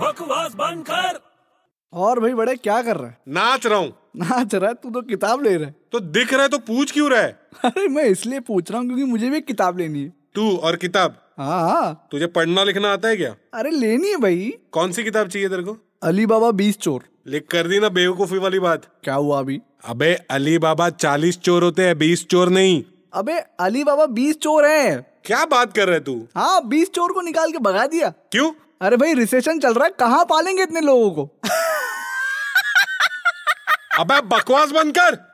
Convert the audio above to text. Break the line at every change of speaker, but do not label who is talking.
बकवास बंद कर
और भाई बड़े क्या कर रहा है
नाच रहा हूँ
नाच रहा है तू तो किताब ले रहा है
तो दिख रहा है तो पूछ क्यों रहा है
अरे मैं इसलिए पूछ रहा हूँ क्योंकि मुझे भी एक किताब लेनी है
तू और किताब
हाँ हाँ
तुझे पढ़ना लिखना आता है क्या
अरे लेनी है भाई
कौन सी किताब चाहिए तेरे को
अली बाबा बीस चोर
लिख कर दी ना बेवकूफी वाली बात
क्या हुआ अभी
अबे अली बाबा चालीस चोर होते हैं बीस चोर नहीं
अबे अली बाबा बीस चोर हैं
क्या बात कर रहे तू
हाँ बीस चोर को निकाल के भगा दिया
क्यों
अरे भाई रिसेशन चल रहा है कहाँ पालेंगे इतने लोगों को
अबे बकवास बंद कर